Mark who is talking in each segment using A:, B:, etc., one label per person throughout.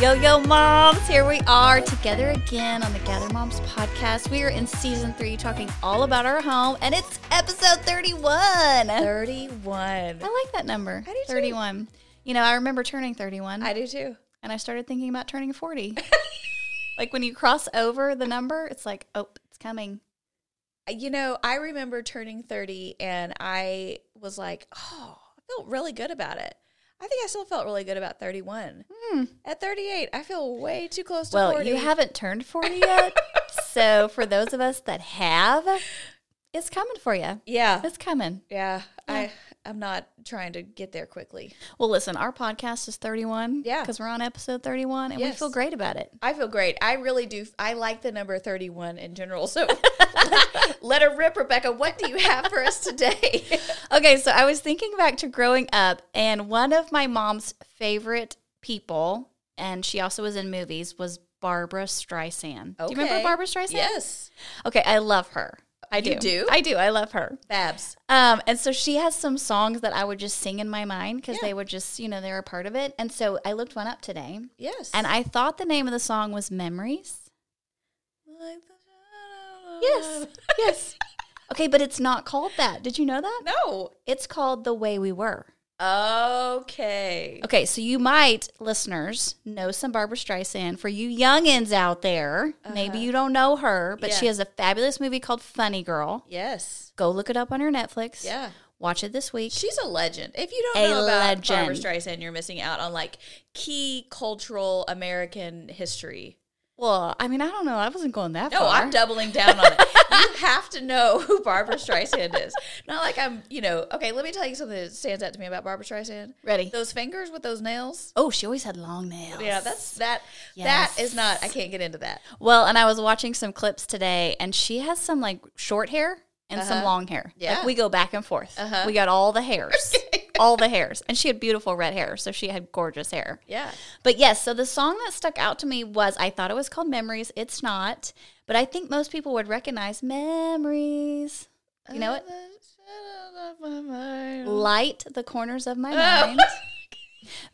A: Yo, yo, moms, here we are together again on the Gather Moms podcast. We are in season three talking all about our home, and it's episode 31.
B: 31.
A: I like that number.
B: I do too.
A: 31. You know, I remember turning 31
B: do too.
A: and I started thinking about turning 40. like when you cross over the number, it's like, oh, it's coming.
B: You know, I remember turning 30 and I was like, oh, I felt really good about it. I think I still felt really good about 31. At 38, I feel way too close to
A: Hmm. Well,
B: 40.
A: you haven't turned 40 yet. so for those of us that have, it's coming for you.
B: Yeah.
A: It's coming.
B: Yeah.
A: Yeah.
B: I I'm not trying to get there quickly.
A: Well, listen, our podcast is 31.
B: Yeah.
A: Because we're on episode 31 and we
B: Yes.
A: feel great about it.
B: I feel great. I really do. I like the number 31 in general. So let her rip, Rebecca. What do you have for us today?
A: Okay, so I was thinking back to growing up, and one of my mom's favorite people, and she also was in movies, was Barbara Streisand. Do you remember
B: Okay.
A: Barbara Streisand?
B: yes.
A: Okay, I love her. I do.
B: You do?
A: I do. I love her.
B: Babs.
A: Um, and so she has some songs that I would just sing in my mind because
B: Yeah.
A: they would just, you know, they're a part of it. And so I looked one up today,
B: Yes.
A: and I thought the name of the song was Memories. Yes. yes. Okay, but it's not called that. Did you know that?
B: No.
A: It's called The Way We Were.
B: Okay.
A: Okay, so you might, listeners, know some Barbara Streisand. For you youngins out there, maybe you don't know her, but she
B: Uh-huh. Yeah.
A: has a fabulous movie called Funny Girl.
B: Yes.
A: Go look it up on her Netflix.
B: Yeah.
A: Watch it this week.
B: She's a legend. If you don't
A: A
B: know about Barbara
A: legend.
B: Streisand, you're missing out on like key cultural American history.
A: Well, I mean, I don't know. I wasn't going that
B: No,
A: far.
B: I'm doubling down on it. you have to know who Barbara Streisand is. Not like I'm, you know. Okay, let me tell you something that stands out to me about Barbara Streisand.
A: Ready?
B: Those fingers with those nails.
A: Oh, she always had long nails.
B: Yeah, that's that.
A: Yes.
B: That is not. I can't get into that.
A: Well, and I was watching some clips today, and she has some like short hair and some
B: Uh-huh.
A: long hair.
B: Yeah.
A: Like we go back and forth.
B: Uh-huh.
A: We got all the hairs. all the hairs. And she had beautiful red hair, so she had gorgeous hair.
B: Yeah.
A: But yes, so the song that stuck out to me was I thought it was called Memories. It's not, but I think most people would recognize Memories. You know what?
B: Uh-huh.
A: Light the corners of my
B: Oh,
A: mind.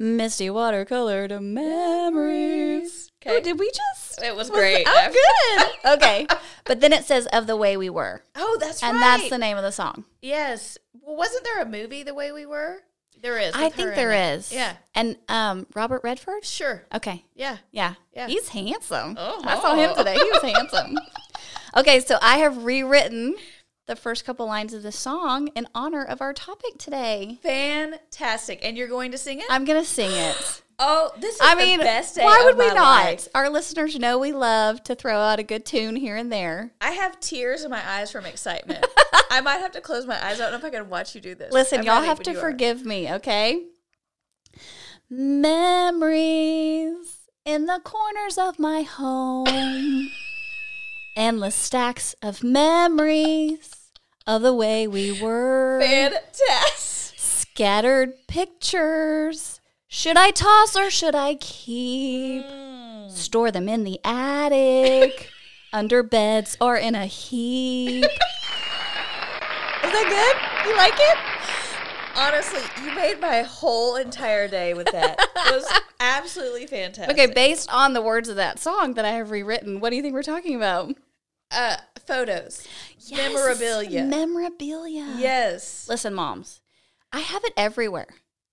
A: Misty watercolor to memories.
B: Okay.
A: Oh, did we just?
B: It was
A: the-
B: great.
A: Oh, good. okay. But then it says of the way we were.
B: Oh, that's
A: And
B: right.
A: that's the name of the song.
B: yes. Well, wasn't there a movie the way we were? There is.
A: I think there is.
B: Yeah.
A: And um, Robert Redford?
B: Sure.
A: Okay.
B: Yeah.
A: Yeah.
B: Yeah.
A: He's handsome.
B: Oh.
A: I saw him today. He was handsome. Okay, so I have rewritten the first couple lines of the song in honor of our topic today.
B: Fantastic. And you're going to sing it?
A: I'm going to sing it.
B: oh, this is
A: I
B: the
A: mean,
B: best day.
A: why
B: of
A: would we
B: my
A: not?
B: life.
A: Our listeners know we love to throw out a good tune here and there.
B: I have tears in my eyes from excitement. I might have to close my eyes. I don't know if I can watch you do this.
A: Listen,
B: I'm
A: y'all
B: ready
A: have
B: when
A: to
B: you are.
A: forgive me, okay? Memories in the corners of my home. Endless stacks of memories of the way we were.
B: Fantastic.
A: Scattered pictures. Should I toss or should I keep?
B: Hmm.
A: Store them in the attic, under beds, or in a heap.
B: Is that good? You like it? Honestly, you made my whole entire day with that. It was absolutely fantastic.
A: Okay, based on the words of that song that I have rewritten, what do you think we're talking about?
B: Uh, photos. Memorabilia.
A: Memorabilia.
B: yes.
A: Listen, moms, I have it everywhere.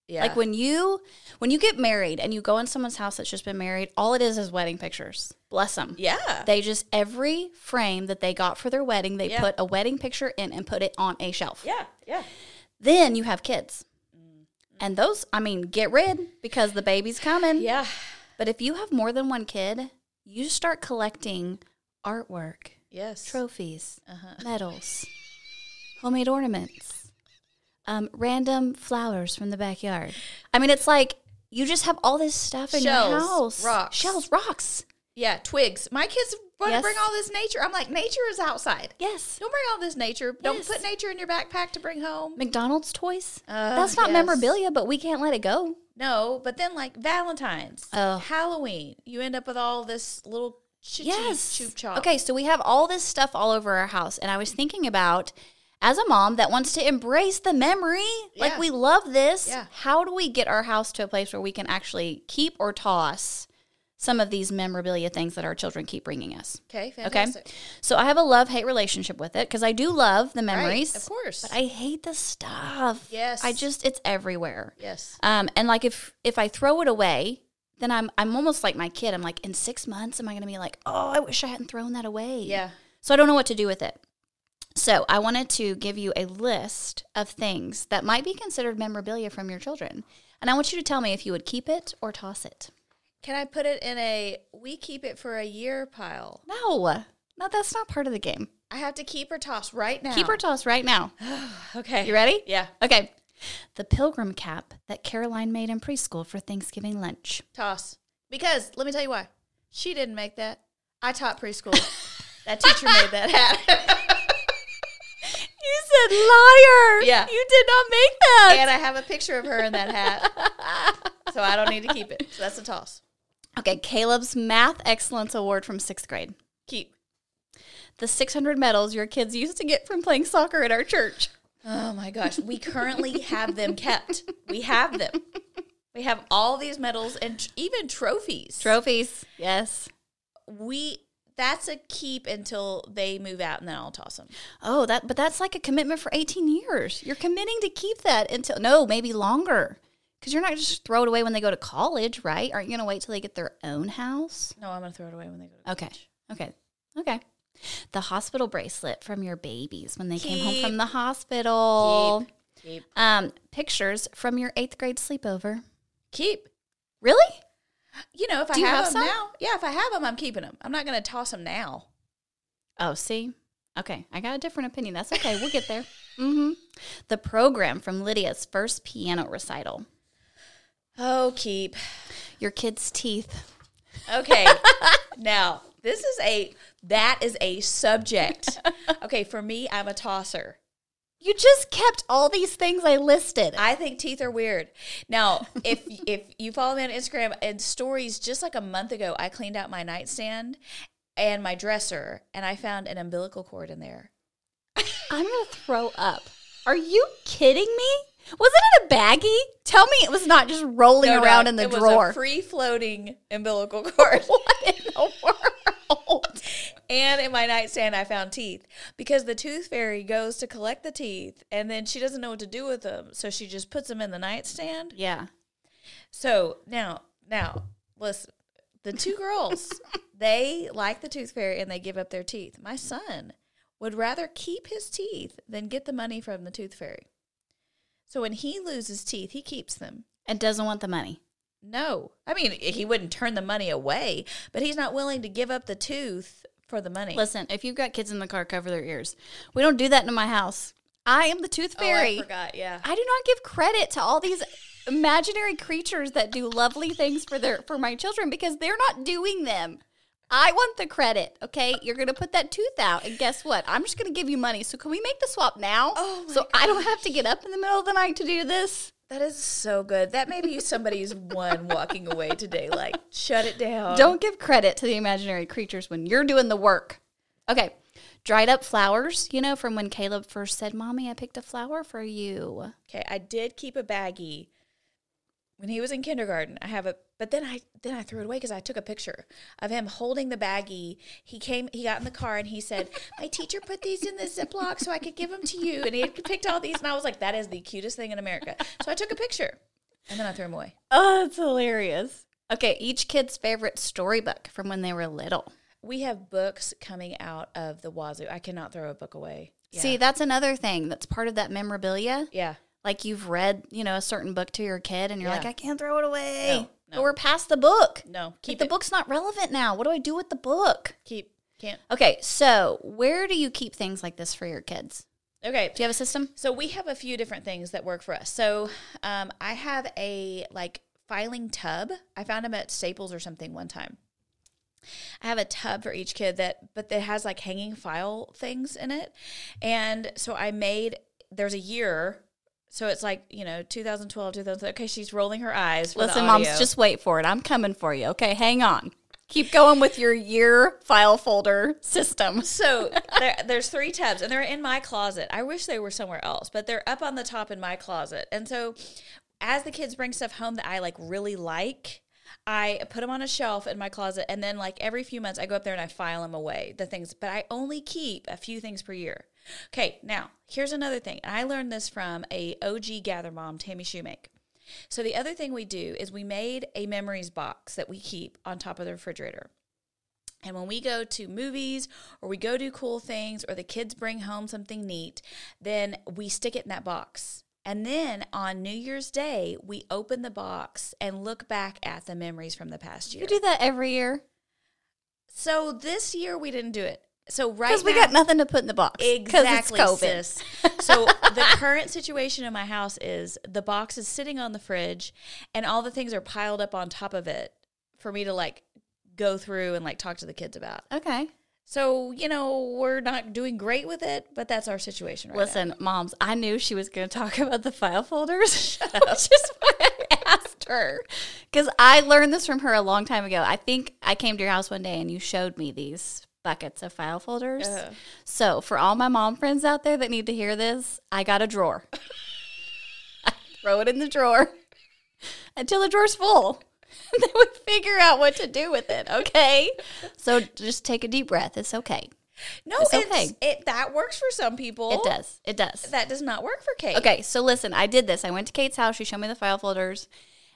B: Yeah.
A: Like when you when you get married and you go in someone's house that's just been married, all it is is wedding pictures. Bless them.
B: Yeah.
A: They just every frame that they got for their wedding, they
B: Yeah.
A: put a wedding picture in and put it on a shelf.
B: yeah. Mm-hmm. Yeah.
A: Then you have kids. And those, I mean, get rid because the baby's coming.
B: Yeah.
A: But if you have more than one kid, you start collecting artwork,
B: Yes. Uh-huh.
A: trophies, medals, homemade ornaments, um, random flowers from the backyard. I mean, it's like you just have all this stuff in your
B: Shells,
A: house.
B: rocks.
A: Shells, rocks.
B: Yeah, twigs. My kids want
A: Yes.
B: to bring all this nature. I'm like, nature is outside.
A: Yes.
B: Don't bring all this nature. Don't
A: Yes.
B: put nature in your backpack to bring home.
A: McDonald's toys.
B: Uh,
A: That's not
B: yes.
A: memorabilia, but we can't let it go.
B: No, but then like Valentine's,
A: Oh.
B: Halloween, you end up with all this little chi
A: Yes.
B: choop chop.
A: Okay, so we have all this stuff all over our house, and I was thinking about as a mom that wants to embrace the memory, like
B: Yeah.
A: we love this.
B: Yeah.
A: How do we get our house to a place where we can actually keep or toss some of these memorabilia things that our children keep bringing us?
B: Okay,
A: Okay,
B: fantastic.
A: so I have a love hate relationship with it because I do love the
B: Right,
A: memories,
B: of course.
A: but I hate the stuff.
B: Yes.
A: I just it's everywhere.
B: yes.
A: Um, and like if if I throw it away, then I'm I'm almost like my kid. I'm like, in six months, am I gonna be like, oh, I wish I hadn't thrown that away?
B: Yeah.
A: So I don't know what to do with it. So I wanted to give you a list of things that might be considered memorabilia from your children, and I want you to tell me if you would keep it or toss it.
B: Can I put it in a we keep it for a year pile?
A: No, no, that's not part of the game.
B: I have to keep or toss right now.
A: Keep or toss right now.
B: Okay.
A: You ready?
B: Yeah.
A: Okay. The pilgrim cap that Caroline made in preschool for Thanksgiving lunch.
B: Toss. Because let me tell you why. She didn't make that. I taught preschool. that teacher made that hat.
A: You said liar.
B: Yeah.
A: You did not make that.
B: and I have a picture of her in that hat. So I don't need to keep it. So that's a toss.
A: Okay, Caleb's Math Excellence Award from sixth grade.
B: Keep.
A: The 600 medals your kids used to get from playing soccer at our church.
B: Oh my gosh. We currently have them kept. We have them. We have all these medals and tr- even trophies.
A: Trophies. Yes.
B: we that's a keep until they move out and then I'll toss them.
A: Oh, that but that's like a commitment for 18 years. You're committing to keep that until no, maybe longer. Cuz you're not just throw it away when they go to college, right? Aren't you going to wait till they get their own house?
B: No, I'm going to throw it away when they go. To
A: Okay. Okay. Okay. The hospital bracelet from your babies when they came home from the hospital.
B: Keep.
A: Um, pictures from your 8th grade sleepover.
B: Keep.
A: Really?
B: You know, if
A: Do
B: I
A: you
B: have, them
A: have some?
B: now, yeah, if I have them, I'm keeping them. I'm not going to toss them now.
A: Oh, see? Okay, I got a different opinion. That's okay. We'll get there. hmm The program from Lydia's first piano recital.
B: Oh, keep.
A: Your kid's teeth.
B: Okay. now, this is a that is a subject. Okay, for me, I'm a tosser.
A: You just kept all these things I listed.
B: I think teeth are weird. Now, if if you follow me on Instagram and stories, just like a month ago, I cleaned out my nightstand and my dresser, and I found an umbilical cord in there.
A: I'm going to throw up. Are you kidding me? Wasn't it a baggie? Tell me it was not just rolling
B: No,
A: around
B: no,
A: in the
B: it
A: drawer.
B: was a free floating umbilical cord.
A: what in the world?
B: and in my nightstand, I found teeth because the tooth fairy goes to collect the teeth, and then she doesn't know what to do with them, so she just puts them in the nightstand.
A: Yeah.
B: So now, now, listen, the two girls, they like the tooth fairy and they give up their teeth. My son would rather keep his teeth than get the money from the tooth fairy. So when he loses teeth, he keeps them.
A: And doesn't want the money.
B: No, I mean, he wouldn't turn the money away, but he's not willing to give up the tooth for the money.
A: Listen, if you've got kids in the car, cover their ears. We don't do that in my house. I am the tooth
B: Oh,
A: fairy.
B: I forgot. Yeah.
A: I do not give credit to all these imaginary creatures that do lovely things for their for my children because they're not doing them. I want the credit, okay? You're gonna put that tooth out, and guess what? I'm just gonna give you money. So can we make the swap now?
B: Oh my
A: so I don't have to get up in the middle of the night to do this.
B: That is so good. That may be somebody's one walking away today. Like, shut it down.
A: Don't give credit to the imaginary creatures when you're doing the work. Okay. Dried up flowers, you know, from when Caleb first said, Mommy, I picked a flower for you.
B: Okay, I did keep a baggie when he was in kindergarten. I have a, but then I then I threw it away because I took a picture of him holding the baggie. He came, he got in the car, and he said, "My teacher put these in the Ziploc so I could give them to you." And he had picked all these, and I was like, "That is the cutest thing in America." So I took a picture, and then I threw them away.
A: Oh, that's hilarious. Okay, each kid's favorite storybook from when they were little.
B: We have books coming out of the wazoo. I cannot throw a book away. Yeah.
A: See, that's another thing that's part of that memorabilia.
B: yeah,
A: Like you've read, you know, a certain book to your kid and you're
B: Yeah.
A: like, I can't throw it away.
B: No,
A: But
B: no.
A: We're past the book.
B: no,
A: Keep
B: keep
A: the
B: it.
A: book's not relevant now. What do I do with the book?
B: Keep can't.
A: Okay, so where do you keep things like this for your kids?
B: Okay.
A: Do you have a system?
B: So we have a few different things that work for us. So um, I have a like filing tub. I found them at Staples or something one time. I have a tub for each kid that, but that has like hanging file things in it. And so I made, there's a year. So it's like, you know, 2012, 2000. Okay, she's rolling her eyes. For the
A: Listen, moms,
B: audio.
A: just wait for it. I'm coming for you. Okay, hang on. Keep going with your year file folder system.
B: So there, there's three tubs, and they're in my closet. I wish they were somewhere else, but they're up on the top in my closet. And so, as the kids bring stuff home that I like really like, I put them on a shelf in my closet, and then like every few months, I go up there and I file them away the things. But I only keep a few things per year. Okay, now here's another thing, and I learned this from a OG gather mom, Tammy Shoemake. So the other thing we do is we made a memories box that we keep on top of the refrigerator. And when we go to movies or we go do cool things or the kids bring home something neat, then we stick it in that box. And then on New Year's Day, we open the box and look back at the memories from the past year.
A: You do that every year
B: so this year we didn't do it. So right
A: because we
B: now-
A: got nothing to put in the box. 'cause
B: Exactly,
A: It's COVID.
B: sis. So the current situation in my house is the box is sitting on the fridge, and all the things are piled up on top of it for me to like go through and like talk to the kids about.
A: Okay.
B: So you know we're not doing great with it, but that's our situation right
A: Listen, moms, I knew she was going to talk about the file folders, which is why I asked her. Because I learned this from her a long time ago. I think I came to your house one day and you showed me these buckets of file folders.
B: Uh-huh.
A: So, for all my mom friends out there that need to hear this, I got a drawer. I throw it in the drawer until the drawer's full. And then we figure out what to do with it, okay? So, just take a deep breath. It's okay.
B: now. No,
A: It's
B: it's
A: okay.
B: it that works for some people.
A: It does. It does.
B: That does not work for Kate.
A: Okay, so listen, I did this. I went to Kate's house. She showed me the file folders,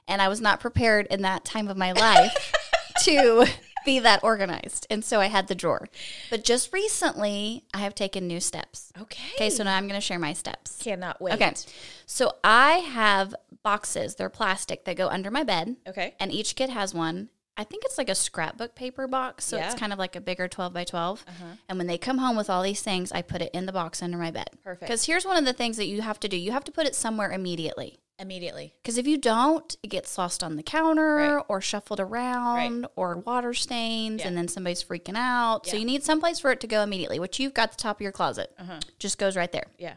A: and I was not prepared in that time of my life to be that organized. And so I had the drawer. But just recently, I have taken new steps.
B: Okay.
A: Okay, so now I'm going to share my steps.
B: Cannot wait.
A: Okay, so I have boxes, they're plastic, that go under my bed,
B: Okay.
A: and each kid has one. I think it's like a scrapbook paper box. So it's
B: Yeah. Uh-huh.
A: kind of like a bigger 12 by 12. And when they come home with all these things, I put it in the box under my bed.
B: Perfect.
A: Because here's one of the things that you have to do you have to put it somewhere immediately.
B: Immediately.
A: Because if you don't, it gets lost on the counter
B: Right.
A: or shuffled around or water stains, and
B: Yeah.
A: then somebody's freaking out. So
B: Yeah.
A: you need someplace for it to go immediately, which you've got at the top of your closet.
B: Uh huh.
A: Just goes right there.
B: Yeah.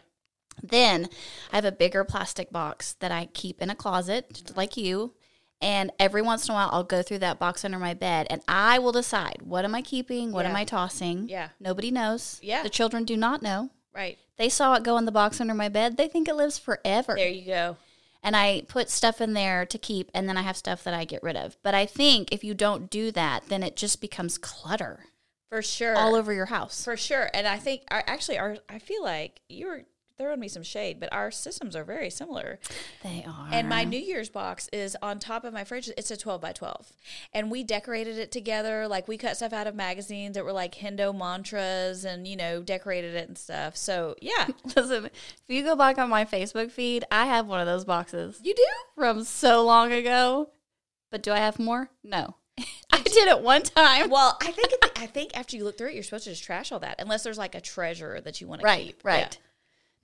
A: Then I have a bigger plastic box that I keep in a closet, just like you. And every once in a while, I'll go through that box under my bed and I will decide what am I keeping? What am
B: Yeah.
A: I tossing?
B: Yeah.
A: Nobody knows.
B: Yeah.
A: The children do not know.
B: Right.
A: They saw it go in the box under my bed. They think it lives forever.
B: There you go.
A: And I put stuff in there to keep and then I have stuff that I get rid of. But I think if you don't do that, then it just becomes clutter
B: For sure.
A: all over your house.
B: For sure. And I think I actually our I feel like you were throwing me some shade, but our systems are very similar.
A: They are.
B: And my New Year's box is on top of my fridge. It's a 12 by 12. And we decorated it together. Like we cut stuff out of magazines that were like Hindu mantras and, you know, decorated it and stuff. So yeah.
A: Listen, if you go back on my Facebook feed, I have one of those boxes
B: You do?
A: from so long ago. But do I have more? No. I did it one time.
B: Well, I think at the- I think after you look through it, you're supposed to just trash all that unless there's like a treasure that you want to
A: Right,
B: keep. Yeah.
A: right.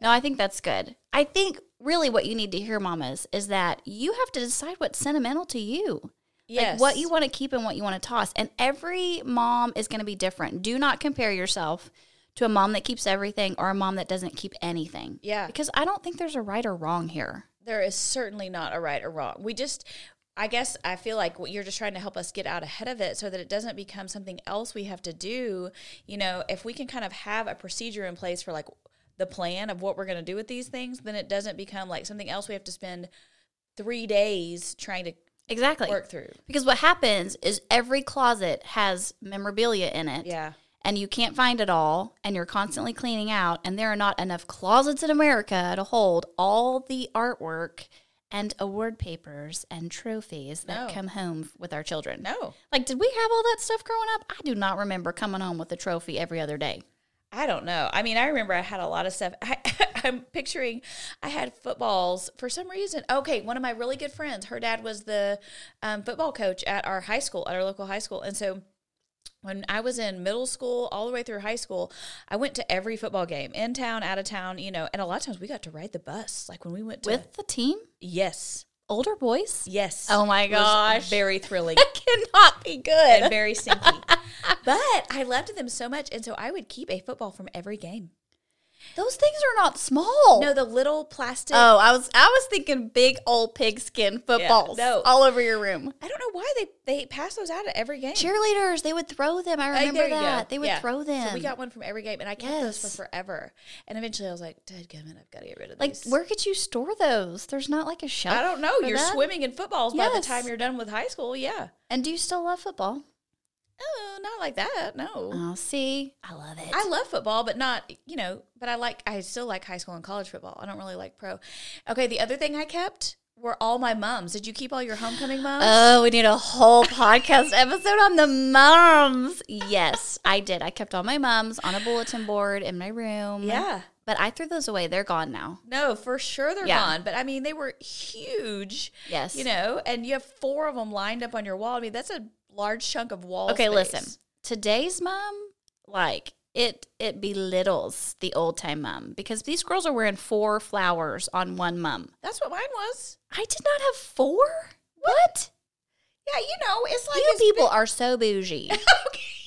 A: No, I think that's good. I think really what you need to hear, mamas, is that you have to decide what's sentimental to you.
B: Yes.
A: Like what you want to keep and what you want to toss. And every mom is going to be different. Do not compare yourself to a mom that keeps everything or a mom that doesn't keep anything.
B: Yeah.
A: Because I don't think there's a right or wrong here.
B: there is certainly not a right or wrong. We just, I guess, I feel like what you're just trying to help us get out ahead of it so that it doesn't become something else we have to do. You know, if we can kind of have a procedure in place for like the plan of what we're going to do with these things, then it doesn't become like something else we have to spend three days trying to
A: Exactly.
B: work through.
A: Because what happens is every closet has memorabilia in it.
B: Yeah.
A: And you can't find it all, and you're constantly cleaning out, and there are not enough closets in America to hold all the artwork and award papers and trophies that
B: No.
A: come home with our children.
B: No,
A: Like, did we have all that stuff growing up? I do not remember coming home with a trophy every other day.
B: I don't know. I mean, I remember I had a lot of stuff. I, I'm picturing I had footballs for some reason. Okay, one of my really good friends, her dad was the um, football coach at our high school, at our local high school, and so when I was in middle school all the way through high school, I went to every football game in town, out of town, you know, and a lot of times we got to ride the bus. Like when we went to
A: With the team?
B: yes,
A: Older boys?
B: yes.
A: Oh my
B: It was
A: gosh.
B: very thrilling
A: Cannot be
B: and
A: good.
B: very sinky. but I loved them so much, and so I would keep a football from every game.
A: Those things are not small.
B: No, the little plastic.
A: Oh, I was I was thinking big old pigskin footballs
B: no.
A: all over your room.
B: I don't know why they they pass those out at every game.
A: Cheerleaders, they would throw them. I
B: Hey,
A: remember
B: there you go.
A: that. They would
B: Yeah.
A: throw them.
B: So we got one from every game, and I kept those
A: Yes.
B: for forever. And eventually, I was like, "Dead gummit, I've got to get rid of
A: like
B: these."
A: where could you store those? There's not like a shelf.
B: I don't know.
A: for
B: You're
A: that?
B: swimming in footballs by the
A: Yes.
B: time you're done with high school. Yeah.
A: And do you still love football?
B: Oh, not like that. No.
A: Oh, see, I love it.
B: I love football, but not, you know, but I like, I still like high school and college football. I don't really like pro. Okay. The other thing I kept were all my mums. Did you keep all your homecoming mums?
A: Oh, we need a whole podcast episode on the mums. Yes, I did. I kept all my mums on a bulletin board in my room.
B: yeah.
A: But I threw those away. They're gone now.
B: No, for sure they're
A: Yeah.
B: gone. But I mean, they were huge.
A: Yes.
B: You know, and you have four of them lined up on your wall. I mean, that's a large chunk of wall.
A: Okay,
B: space.
A: listen. Today's mom, like it, it belittles the old time mom because these girls are wearing four flowers on one mom.
B: That's what mine was.
A: I did not have four. What?
B: Yeah, you know, it's like
A: You
B: it's
A: people are so bougie.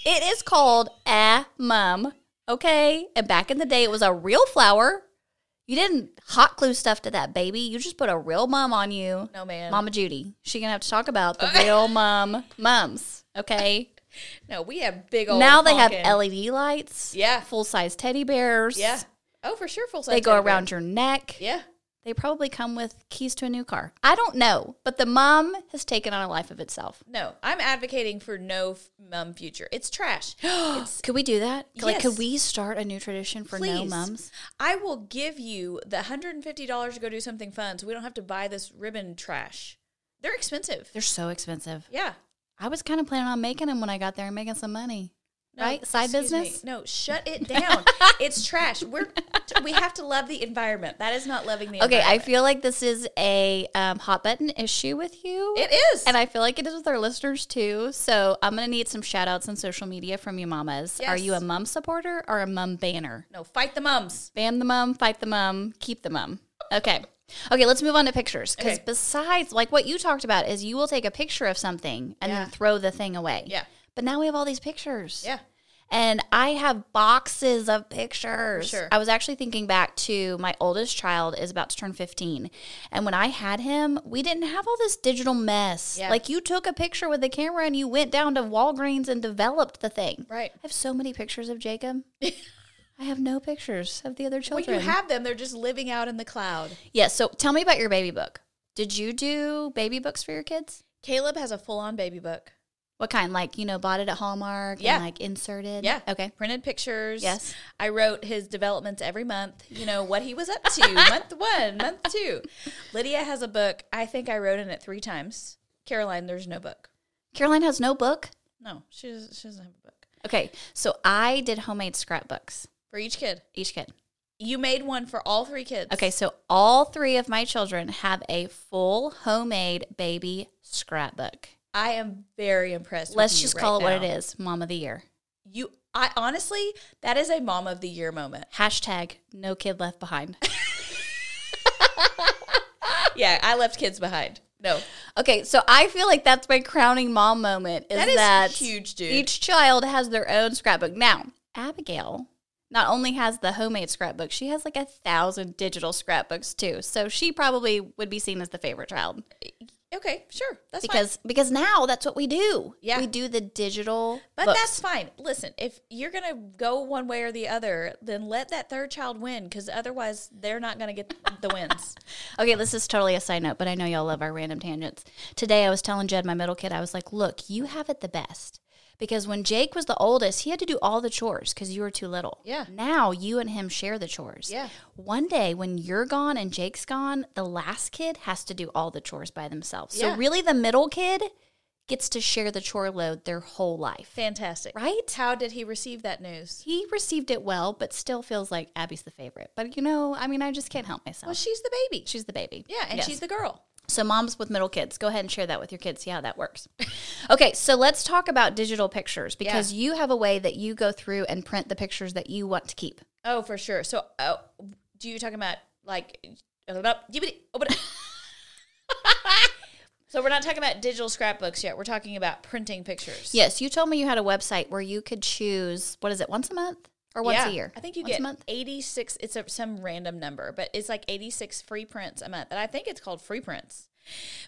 A: It is called a mum. Okay. And back in the day, it was a real flower. You didn't hot glue stuff to that baby. You just put a real mum on you.
B: No man.
A: Mama Judy. She gonna have to talk about the real mum mums. Okay.
B: No, we have big old.
A: now they have
B: honking-
A: LED lights.
B: Yeah.
A: Full size teddy bears.
B: Yeah. Oh, for sure, full size.
A: They go
B: teddy bear.
A: around your neck.
B: Yeah.
A: They probably come with keys to a new car. I don't know, but the mum has taken on a life of itself.
B: No, I'm advocating for no f- mum future. It's trash. It's-
A: Could we do that? Like,
B: Yes.
A: could we start a new tradition for no
B: Please.
A: mums?
B: I will give you the $150 to go do something fun so we don't have to buy this ribbon trash. They're expensive.
A: They're so expensive.
B: Yeah.
A: I was kind of planning on making them when I got there and making some money.
B: No,
A: right? Side
B: excuse me.
A: business?
B: No, shut it down. it's trash. We're t- we have to love the environment. That is not loving the
A: Okay, I
B: environment.
A: feel like this is a um, hot button issue with you.
B: it is.
A: and I feel like it is with our listeners too. So I'm going to need some shout outs on social media from you mamas. Are you
B: Yes.
A: a mum supporter or a mum banner?
B: no, fight the mums.
A: Ban the mum, fight the mum, keep the mum. Okay. Okay, let's move on to pictures. Because
B: Okay.
A: besides, like what you talked about, is you will take a picture of something and
B: Yeah.
A: then throw the thing away.
B: Yeah.
A: But now we have all these pictures.
B: Yeah.
A: And I have boxes of pictures.
B: Sure.
A: I was actually thinking back to my oldest child is about to turn 15. And when I had him, we didn't have all this digital mess.
B: Yeah.
A: Like you took a picture with the camera and you went down to Walgreens and developed the thing.
B: Right.
A: I have so many pictures of Jacob. I have no pictures of the other
B: When
A: children.
B: you have them, they're just living out in the cloud.
A: yeah, so tell me about your baby book. Did you do baby books for your kids?
B: Caleb has a full-on baby book.
A: What kind? Like, you know, bought it at Hallmark
B: Yeah.
A: and like inserted?
B: Yeah.
A: Okay.
B: Printed pictures.
A: Yes.
B: I wrote his developments every month, you know, what he was up to, month one, month two. Lydia has a book. I think I wrote in it three times. Caroline, there's no book.
A: Caroline has no book.
B: No, she doesn't, she doesn't have a book.
A: Okay, so I did homemade scrapbooks,
B: For each kid.
A: each kid.
B: You made one for all three kids.
A: Okay, so all three of my children have a full homemade baby scrapbook.
B: I am very impressed. with
A: Let's
B: you
A: just
B: right
A: call it what
B: now.
A: it is Mom of the Year.
B: You, I honestly, that is a mom of the year moment.
A: Hashtag no kid left behind.
B: yeah, I left kids behind. No,
A: okay, so I feel like that's my crowning mom moment is
B: that is
A: that
B: huge, dude.
A: each child has their own scrapbook. Now, Abigail not only has the homemade scrapbook, she has like a thousand digital scrapbooks too. So she probably would be seen as the favorite child.
B: okay, sure, that's fine.
A: because because now that's what we do.
B: Yeah.
A: we do the digital.
B: But
A: books.
B: that's fine. Listen, if you're going to go one way or the other, then let that third child win because otherwise they're not going to get the wins.
A: okay. This is totally a side note, but I know y'all love our random tangents. Today, I was telling Jed, my middle kid, I was like, "Look, you have it the best." Because when Jake was the oldest, he had to do all the chores because you were too little.
B: Yeah.
A: Now you and him share the chores.
B: Yeah.
A: One day when you're gone and Jake's gone, the last kid has to do all the chores by themselves.
B: Yeah.
A: So really, the middle kid gets to share the chore load their whole life.
B: Fantastic.
A: Right?
B: How did he receive that news?
A: he received it well, but still feels like Abby's the favorite. But you know, I mean, I just can't help myself.
B: Well, she's the baby.
A: she's the baby.
B: Yeah, and
A: Yes.
B: she's the girl.
A: So, moms with middle kids, go ahead and share that with your kids. See how that works. Okay, so let's talk about digital pictures because you have a way that you go through and print the pictures that you want to keep.
B: Oh, for sure. So, oh, do you talking about like? oh, So we're not talking about digital scrapbooks yet. We're talking about printing pictures.
A: Yes, you told me you had a website where you could choose, what is it, once a month or once
B: Yeah.
A: a year?
B: I think you
A: once
B: get
A: a month.
B: 86. It's a, some random number, but it's like 86 free prints a month. And I think it's called free prints.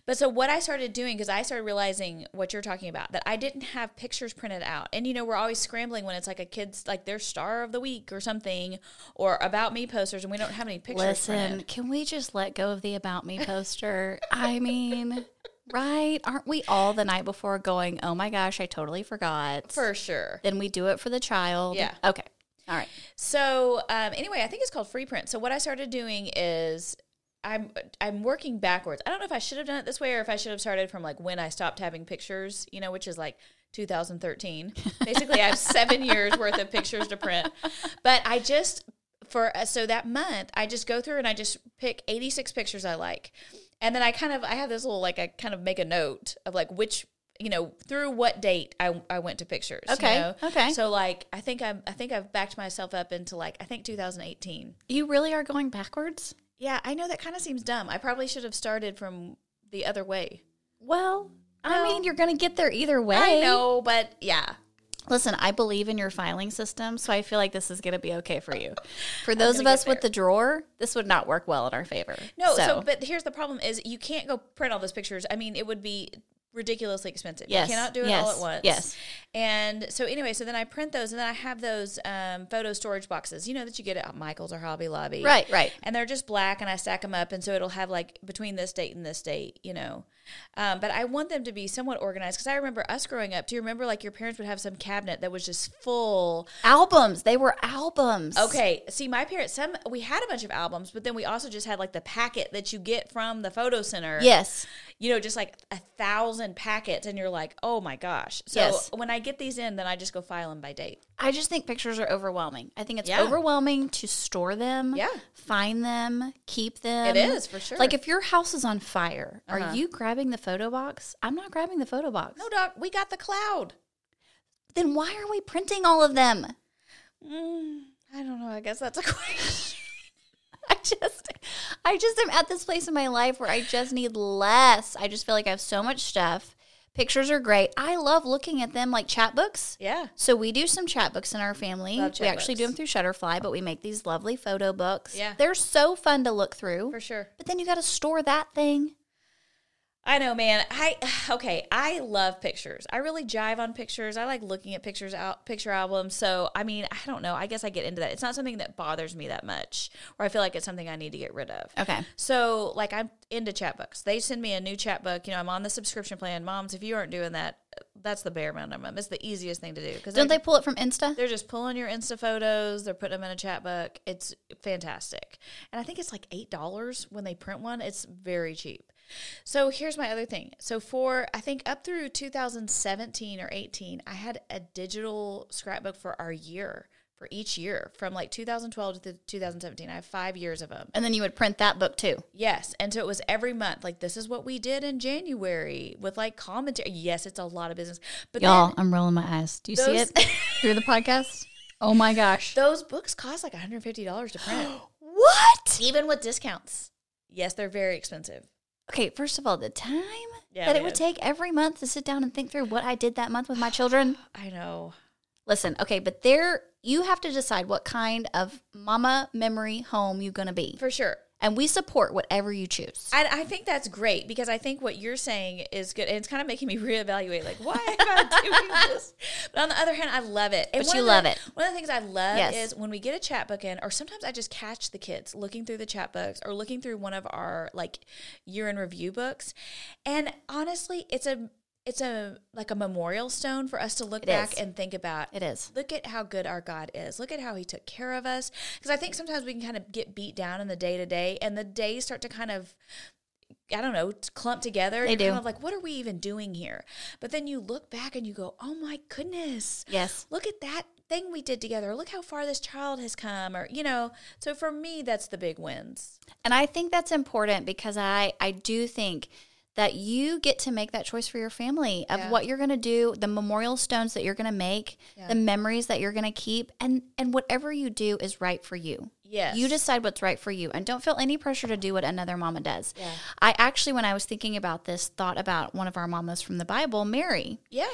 B: But so what I started doing, because I started realizing what you're talking about, that I didn't have pictures printed out. And, you know, we're always scrambling when it's like a kid's, like their star of the week or something, or about me posters, and we don't have any pictures
A: Listen,
B: printed.
A: can we just let go of the About Me poster? I mean, right? Aren't we all the night before going, oh my gosh, I totally forgot?
B: For sure.
A: then we do it for the child.
B: Yeah.
A: Okay. All right.
B: So um, anyway, I think it's called free print. So what I started doing is I'm I'm working backwards. I don't know if I should have done it this way or if I should have started from like when I stopped having pictures, you know, which is like 2013. Basically, I have seven years worth of pictures to print, but I just for uh, so that month I just go through and I just pick 86 pictures I like, and then I kind of I have this little like I kind of make a note of like which you know through what date I, I went to pictures. you
A: Okay,
B: know?
A: okay.
B: So like I think I'm I think I've backed myself up into like I think 2018.
A: You really are going backwards?
B: Yeah, I know that kind of seems dumb. I probably should have started from the other way.
A: Well, I
B: No.
A: mean, you're going to get there either way.
B: I know, but yeah.
A: Listen, I believe in your filing system, so I feel like this is going to be okay for you. For those of
B: gonna
A: us
B: get
A: with the drawer, this would not work well in our favor.
B: No, so. but here's the problem is you can't go print all those pictures. I mean, it would be ridiculously expensive.
A: Yes,
B: You cannot do it all
A: yes,
B: at once.
A: yes.
B: And so anyway, so then I print those and then I have those um, photo storage boxes, you know, that you get at Michael's or Hobby Lobby.
A: right, right.
B: and they're just black and i stack them up and so it'll have like between this date and this date you know um, but i want them to be somewhat organized because i remember us growing up do you remember like your parents would have some cabinet that was just full
A: Albums, they were albums.
B: okay see my parents some we had a bunch of albums but then we also just had like the packet that you get from the photo center
A: Yes.
B: you know just like a thousand packets and you're like oh my gosh so
A: Yes.
B: when i get these in then i just go file them by date
A: I just think pictures are overwhelming. I think it's
B: Yeah.
A: overwhelming to store them,
B: Yeah.
A: find them, keep
B: It
A: them.
B: is, for sure. Uh-huh.
A: Like if your house is on fire, are you grabbing the photo box? I'm not grabbing the photo box.
B: no doc we got the cloud
A: Then why are we printing all of them?
B: mm, i don't know i guess that's a question
A: I just I just am at this place in my life where I just need less. I just feel like I have so much stuff. Pictures are great. I love looking at them like chapbooks.
B: yeah
A: So we do some chapbooks in our family.
B: Love
A: We actually do
B: chapbooks.
A: them through Shutterfly, but we make these lovely photo books.
B: Yeah.
A: They're so fun to look through.
B: for sure
A: But then you got to store that thing.
B: I know, man. I okay. I love pictures. I really jive on pictures. I like looking at pictures out picture albums. So I mean, I don't know. I guess I get into that. It's not something that bothers me that much, or I feel like it's something I need to get rid of.
A: Okay.
B: So like I'm into chapbooks. They send me a new chapbook. You know, I'm on the subscription plan. Moms, if you aren't doing that, that's the bare minimum. It's the easiest thing to do because
A: Don't they pull it from Insta?
B: they're just pulling your Insta photos. They're putting them in a chat book. It's fantastic. And I think it's like $8 when they print one. It's very cheap. So here's my other thing. So for I think up through 2017 or 18, I had a digital scrapbook for our year, for each year from like 2012 to 2017. I have 5 years of them.
A: And then you would print that book too.
B: Yes. And so it was every month like this is what we did in January with like commentary. Yes, it's a lot of business. But then-
A: Y'all, I'm rolling my eyes. Do you see
B: Those-
A: it through the podcast? Oh my gosh.
B: those books cost like $150 to print.
A: What?
B: even with discounts. Yes, they're very expensive.
A: Okay, first of all, the time
B: Yeah,
A: that
B: it
A: it would
B: is.
A: take every month to sit down and think through what I did that month with my children.
B: I know.
A: Listen, okay, but there you have to decide what kind of mama memory home you're going to be.
B: For sure.
A: And we support whatever you choose.
B: And I think that's great because I think what you're saying is good. And it's kind of making me reevaluate, like, why am I doing this? But on the other hand, I love it. And
A: But
B: one
A: you
B: of
A: love
B: the,
A: it.
B: One of the things I love
A: Yes.
B: is when we get a chat book in, or sometimes I just catch the kids looking through the chat books or looking through one of our like year in review books. And honestly, it's a it's a like a memorial stone for us to look
A: It
B: back
A: is.
B: and think about
A: It is.
B: Look at how good our God is. Look at how He took care of us. Because I think sometimes we can kind of get beat down in the day to day, and the days start to kind of, I don't know, t- clump together.
A: They
B: You're
A: do.
B: Kind of like, what are we even doing here? But then you look back and you go, oh my goodness,
A: Yes.
B: look at that thing we did together. Look how far this child has come, or you know. So for me, that's the big wins.
A: And I think that's important because I I do think that you get to make that choice for your family of
B: Yeah.
A: what you're going to do, the memorial stones that you're going to make,
B: Yeah.
A: the memories that you're going to keep and and whatever you do is right for you.
B: Yes,
A: You decide what's right for you and don't feel any pressure to do what another mama does.
B: Yeah.
A: I actually when I was thinking about this thought about one of our mamas from the Bible, Mary.
B: yeah,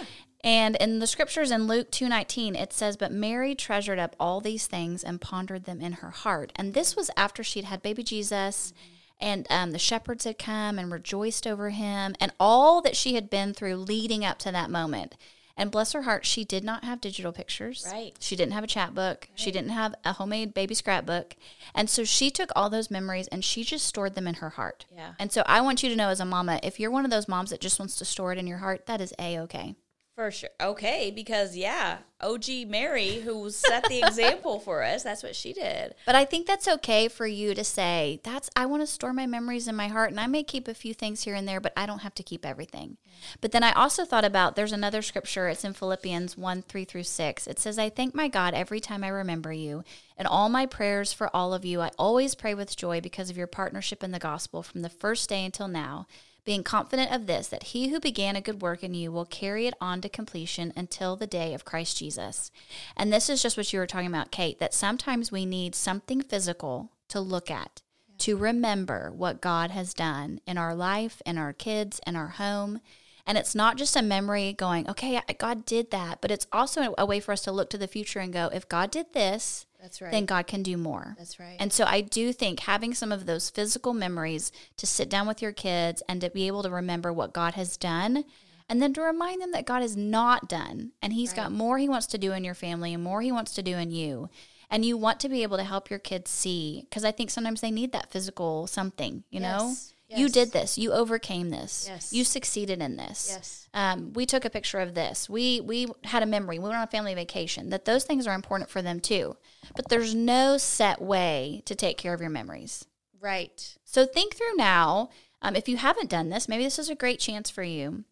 A: And in the scriptures in Luke 2:19 it says but Mary treasured up all these things and pondered them in her heart. And this was after she'd had baby Jesus and um, the shepherds had come and rejoiced over him and all that she had been through leading up to that moment. And bless her heart, she did not have digital pictures.
B: Right.
A: She didn't have a chapbook. She didn't have a homemade baby scrapbook. And so she took all those memories and she just stored them in her heart.
B: Yeah.
A: And so I want you to know as a mama, if you're one of those moms that just wants to store it in your heart, that is a okay.
B: for sure. Okay, because yeah, OG Mary, who set the example for us, that's what she did.
A: But I think that's okay for you to say, that's I want to store my memories in my heart and I may keep a few things here and there, but I don't have to keep everything. But then I also thought about there's another scripture, it's in Philippians 1 3 through 6. It says, I thank my God every time I remember you, and all my prayers for all of you. I always pray with joy because of your partnership in the gospel from the first day until now. Being confident of this, that he who began a good work in you will carry it on to completion until the day of Christ Jesus. And this is just what you were talking about, Kate, that sometimes we need something physical to look at, to remember what God has done in our life, in our kids, in our home. And it's not just a memory going, okay, I- God did that, but it's also a way for us to look to the future and go, if God did this,
B: That's
A: then God can do more.
B: That's right.
A: And so I do think having some of those physical memories to sit down with your kids and to be able to remember what God has done and then to remind them that God is not done and He's got more he wants to do in your family and more he wants to do in you. And you want to be able to help your kids see because I think sometimes they need that physical something, you know?
B: Yes.
A: You
B: Yes.
A: did this. You overcame this.
B: Yes.
A: You succeeded in this.
B: Yes.
A: Um, we took a picture of this. We we had a memory. We went on a family vacation. That those things are important for them too. But there's no set way to take care of your memories.
B: right.
A: So think through now. Um, if you haven't done this, maybe this is a great chance for you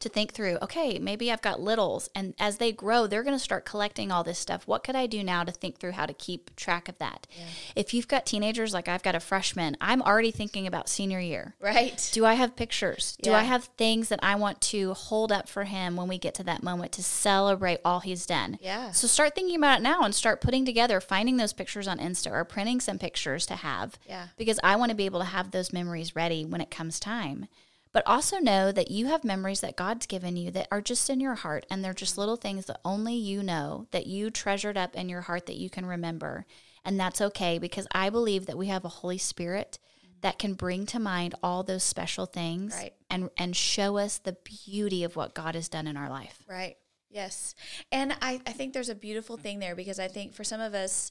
A: to think through. Okay, maybe I've got littles, and as they grow, they're going to start collecting all this stuff. What could I do now to think through how to keep track of that? If you've got teenagers, like I've got a freshman, I'm already thinking about senior year.
B: Right.
A: Do I have pictures? Do I
B: Yeah.
A: have things that I want to hold up for him when we get to that moment to celebrate all he's done?
B: Yeah.
A: So start thinking about it now and start putting together, finding those pictures on Insta or printing some pictures to have.
B: Yeah.
A: Because I want to be able to have those memories ready when it comes time. But also know that you have memories that God's given you that are just in your heart and they're just little things that only you know that you treasured up in your heart that you can remember. And that's okay because I believe that we have a Holy Spirit that can bring to mind all those special things
B: Right.
A: and and show us the beauty of what God has done in our life.
B: Right. Yes. And I, I think there's a beautiful thing there because I think for some of us,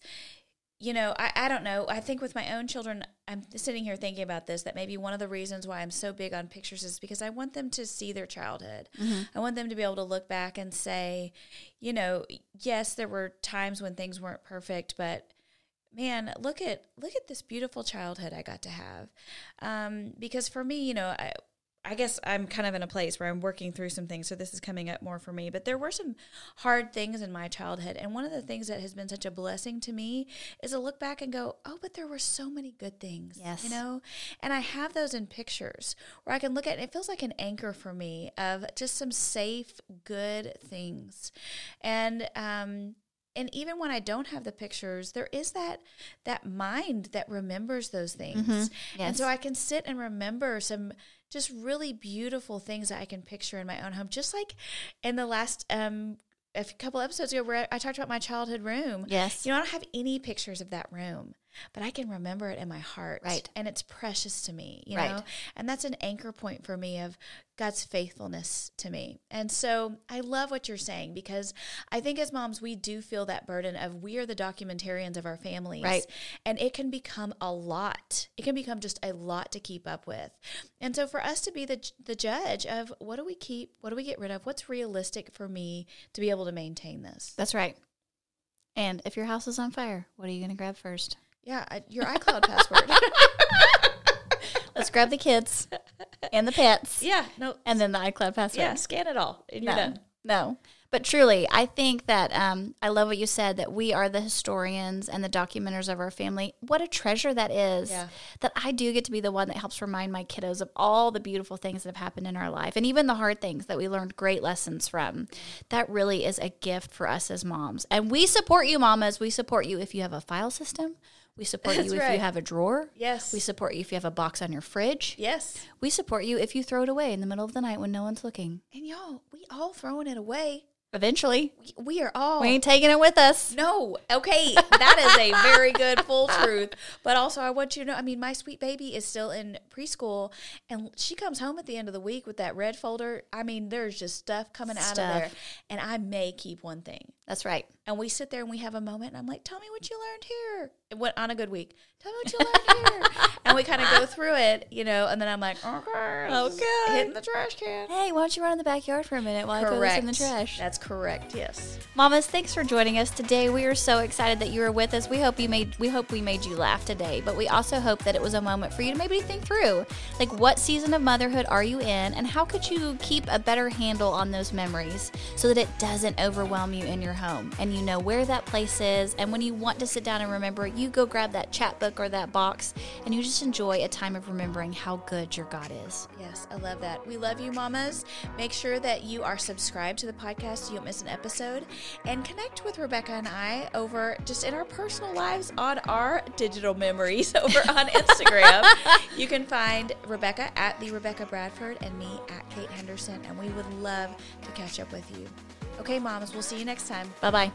B: you know, I, I don't know. I think with my own children, I'm sitting here thinking about this that maybe one of the reasons why I'm so big on pictures is because I want them to see their childhood. I want them to be able to look back and say, you know, yes, there were times when things weren't perfect, but man look at look at this beautiful childhood i got to have um, because for me you know i i guess i'm kind of in a place where i'm working through some things so this is coming up more for me but there were some hard things in my childhood and one of the things that has been such a blessing to me is to look back and go oh but there were so many good things
A: Yes.
B: you know and i have those in pictures where i can look at it it feels like an anchor for me of just some safe good things and um and even when I don't have the pictures, there is that that mind that remembers those things. And
A: Mm-hmm. Yes.
B: so I can sit and remember some just really beautiful things that I can picture in my own home. Just like in the last um a f- couple episodes ago where I talked about my childhood room.
A: Yes.
B: You know, I don't have any pictures of that room, but I can remember it in my heart.
A: Right.
B: And it's precious to me, you
A: Right.
B: know? And that's an anchor point for me of God's faithfulness to me. And so I love what you're saying because I think as moms, we do feel that burden of we are the documentarians of our families.
A: Right.
B: And it can become a lot. It can become just a lot to keep up with. And so for us to be the, the judge of what do we keep, what do we get rid of, what's realistic for me to be able to maintain this?
A: That's right. And if your house is on fire, what are you going to grab first?
B: Yeah, I- your iCloud password.
A: Let's grab the kids and the pets
B: yeah, no,
A: and then the iCloud password.
B: yeah, scan it all and you're
A: no.
B: done.
A: No. But truly, I think that um, I love what you said that we are the historians and the documenters of our family. What a treasure that is
B: Yeah.
A: that I do get to be the one that helps remind my kiddos of all the beautiful things that have happened in our life and even the hard things that we learned great lessons from. That really is a gift for us as moms. And we support you, mamas. We support you if you have a file system, we support
B: That's
A: you if you
B: right.
A: have a drawer.
B: Yes.
A: We support you if you have a box on your fridge.
B: Yes.
A: We support you if you throw it away in the middle of the night when no one's looking.
B: And y'all, we all throwing it away.
A: Eventually,
B: We, we are all.
A: we ain't taking it with us.
B: No. Okay. That is a very good full truth. But also, I want you to know I mean, my sweet baby is still in preschool and she comes home at the end of the week with that red folder. I mean, there's just stuff coming out of there. And I may keep one thing.
A: That's right.
B: And we sit there and we have a moment, and I'm like, "Tell me what you learned here." It went on a good week. Tell me what you learned here, and we kind of go through it, you know. And then I'm like, "Okay, this is
A: Okay.
B: hitting the trash can."
A: Hey, why don't you run in the backyard for a minute while I throw this in the trash?
B: That's correct. Yes.
A: Mamas, thanks for joining us today. We are so excited that you were with us. We hope you made we hope we made you laugh today, but we also hope that it was a moment for you to maybe think through, like what season of motherhood are you in and how could you keep a better handle on those memories so that it doesn't overwhelm you in your home and you know where that place is and when you want to sit down and remember, you go grab that chat book or that box and you just enjoy a time of remembering how good your God is.
B: Yes, I love that. We love you, mamas. Make sure that you are subscribed to the podcast so you don't miss an episode. And connect with Rebecca and I over just in our personal lives on our digital memories over on Instagram. you can find Rebecca at the Rebecca Bradford and me at Kate Henderson. And we would love to catch up with you. Okay, mamas, we'll see you next time.
A: Bye-bye.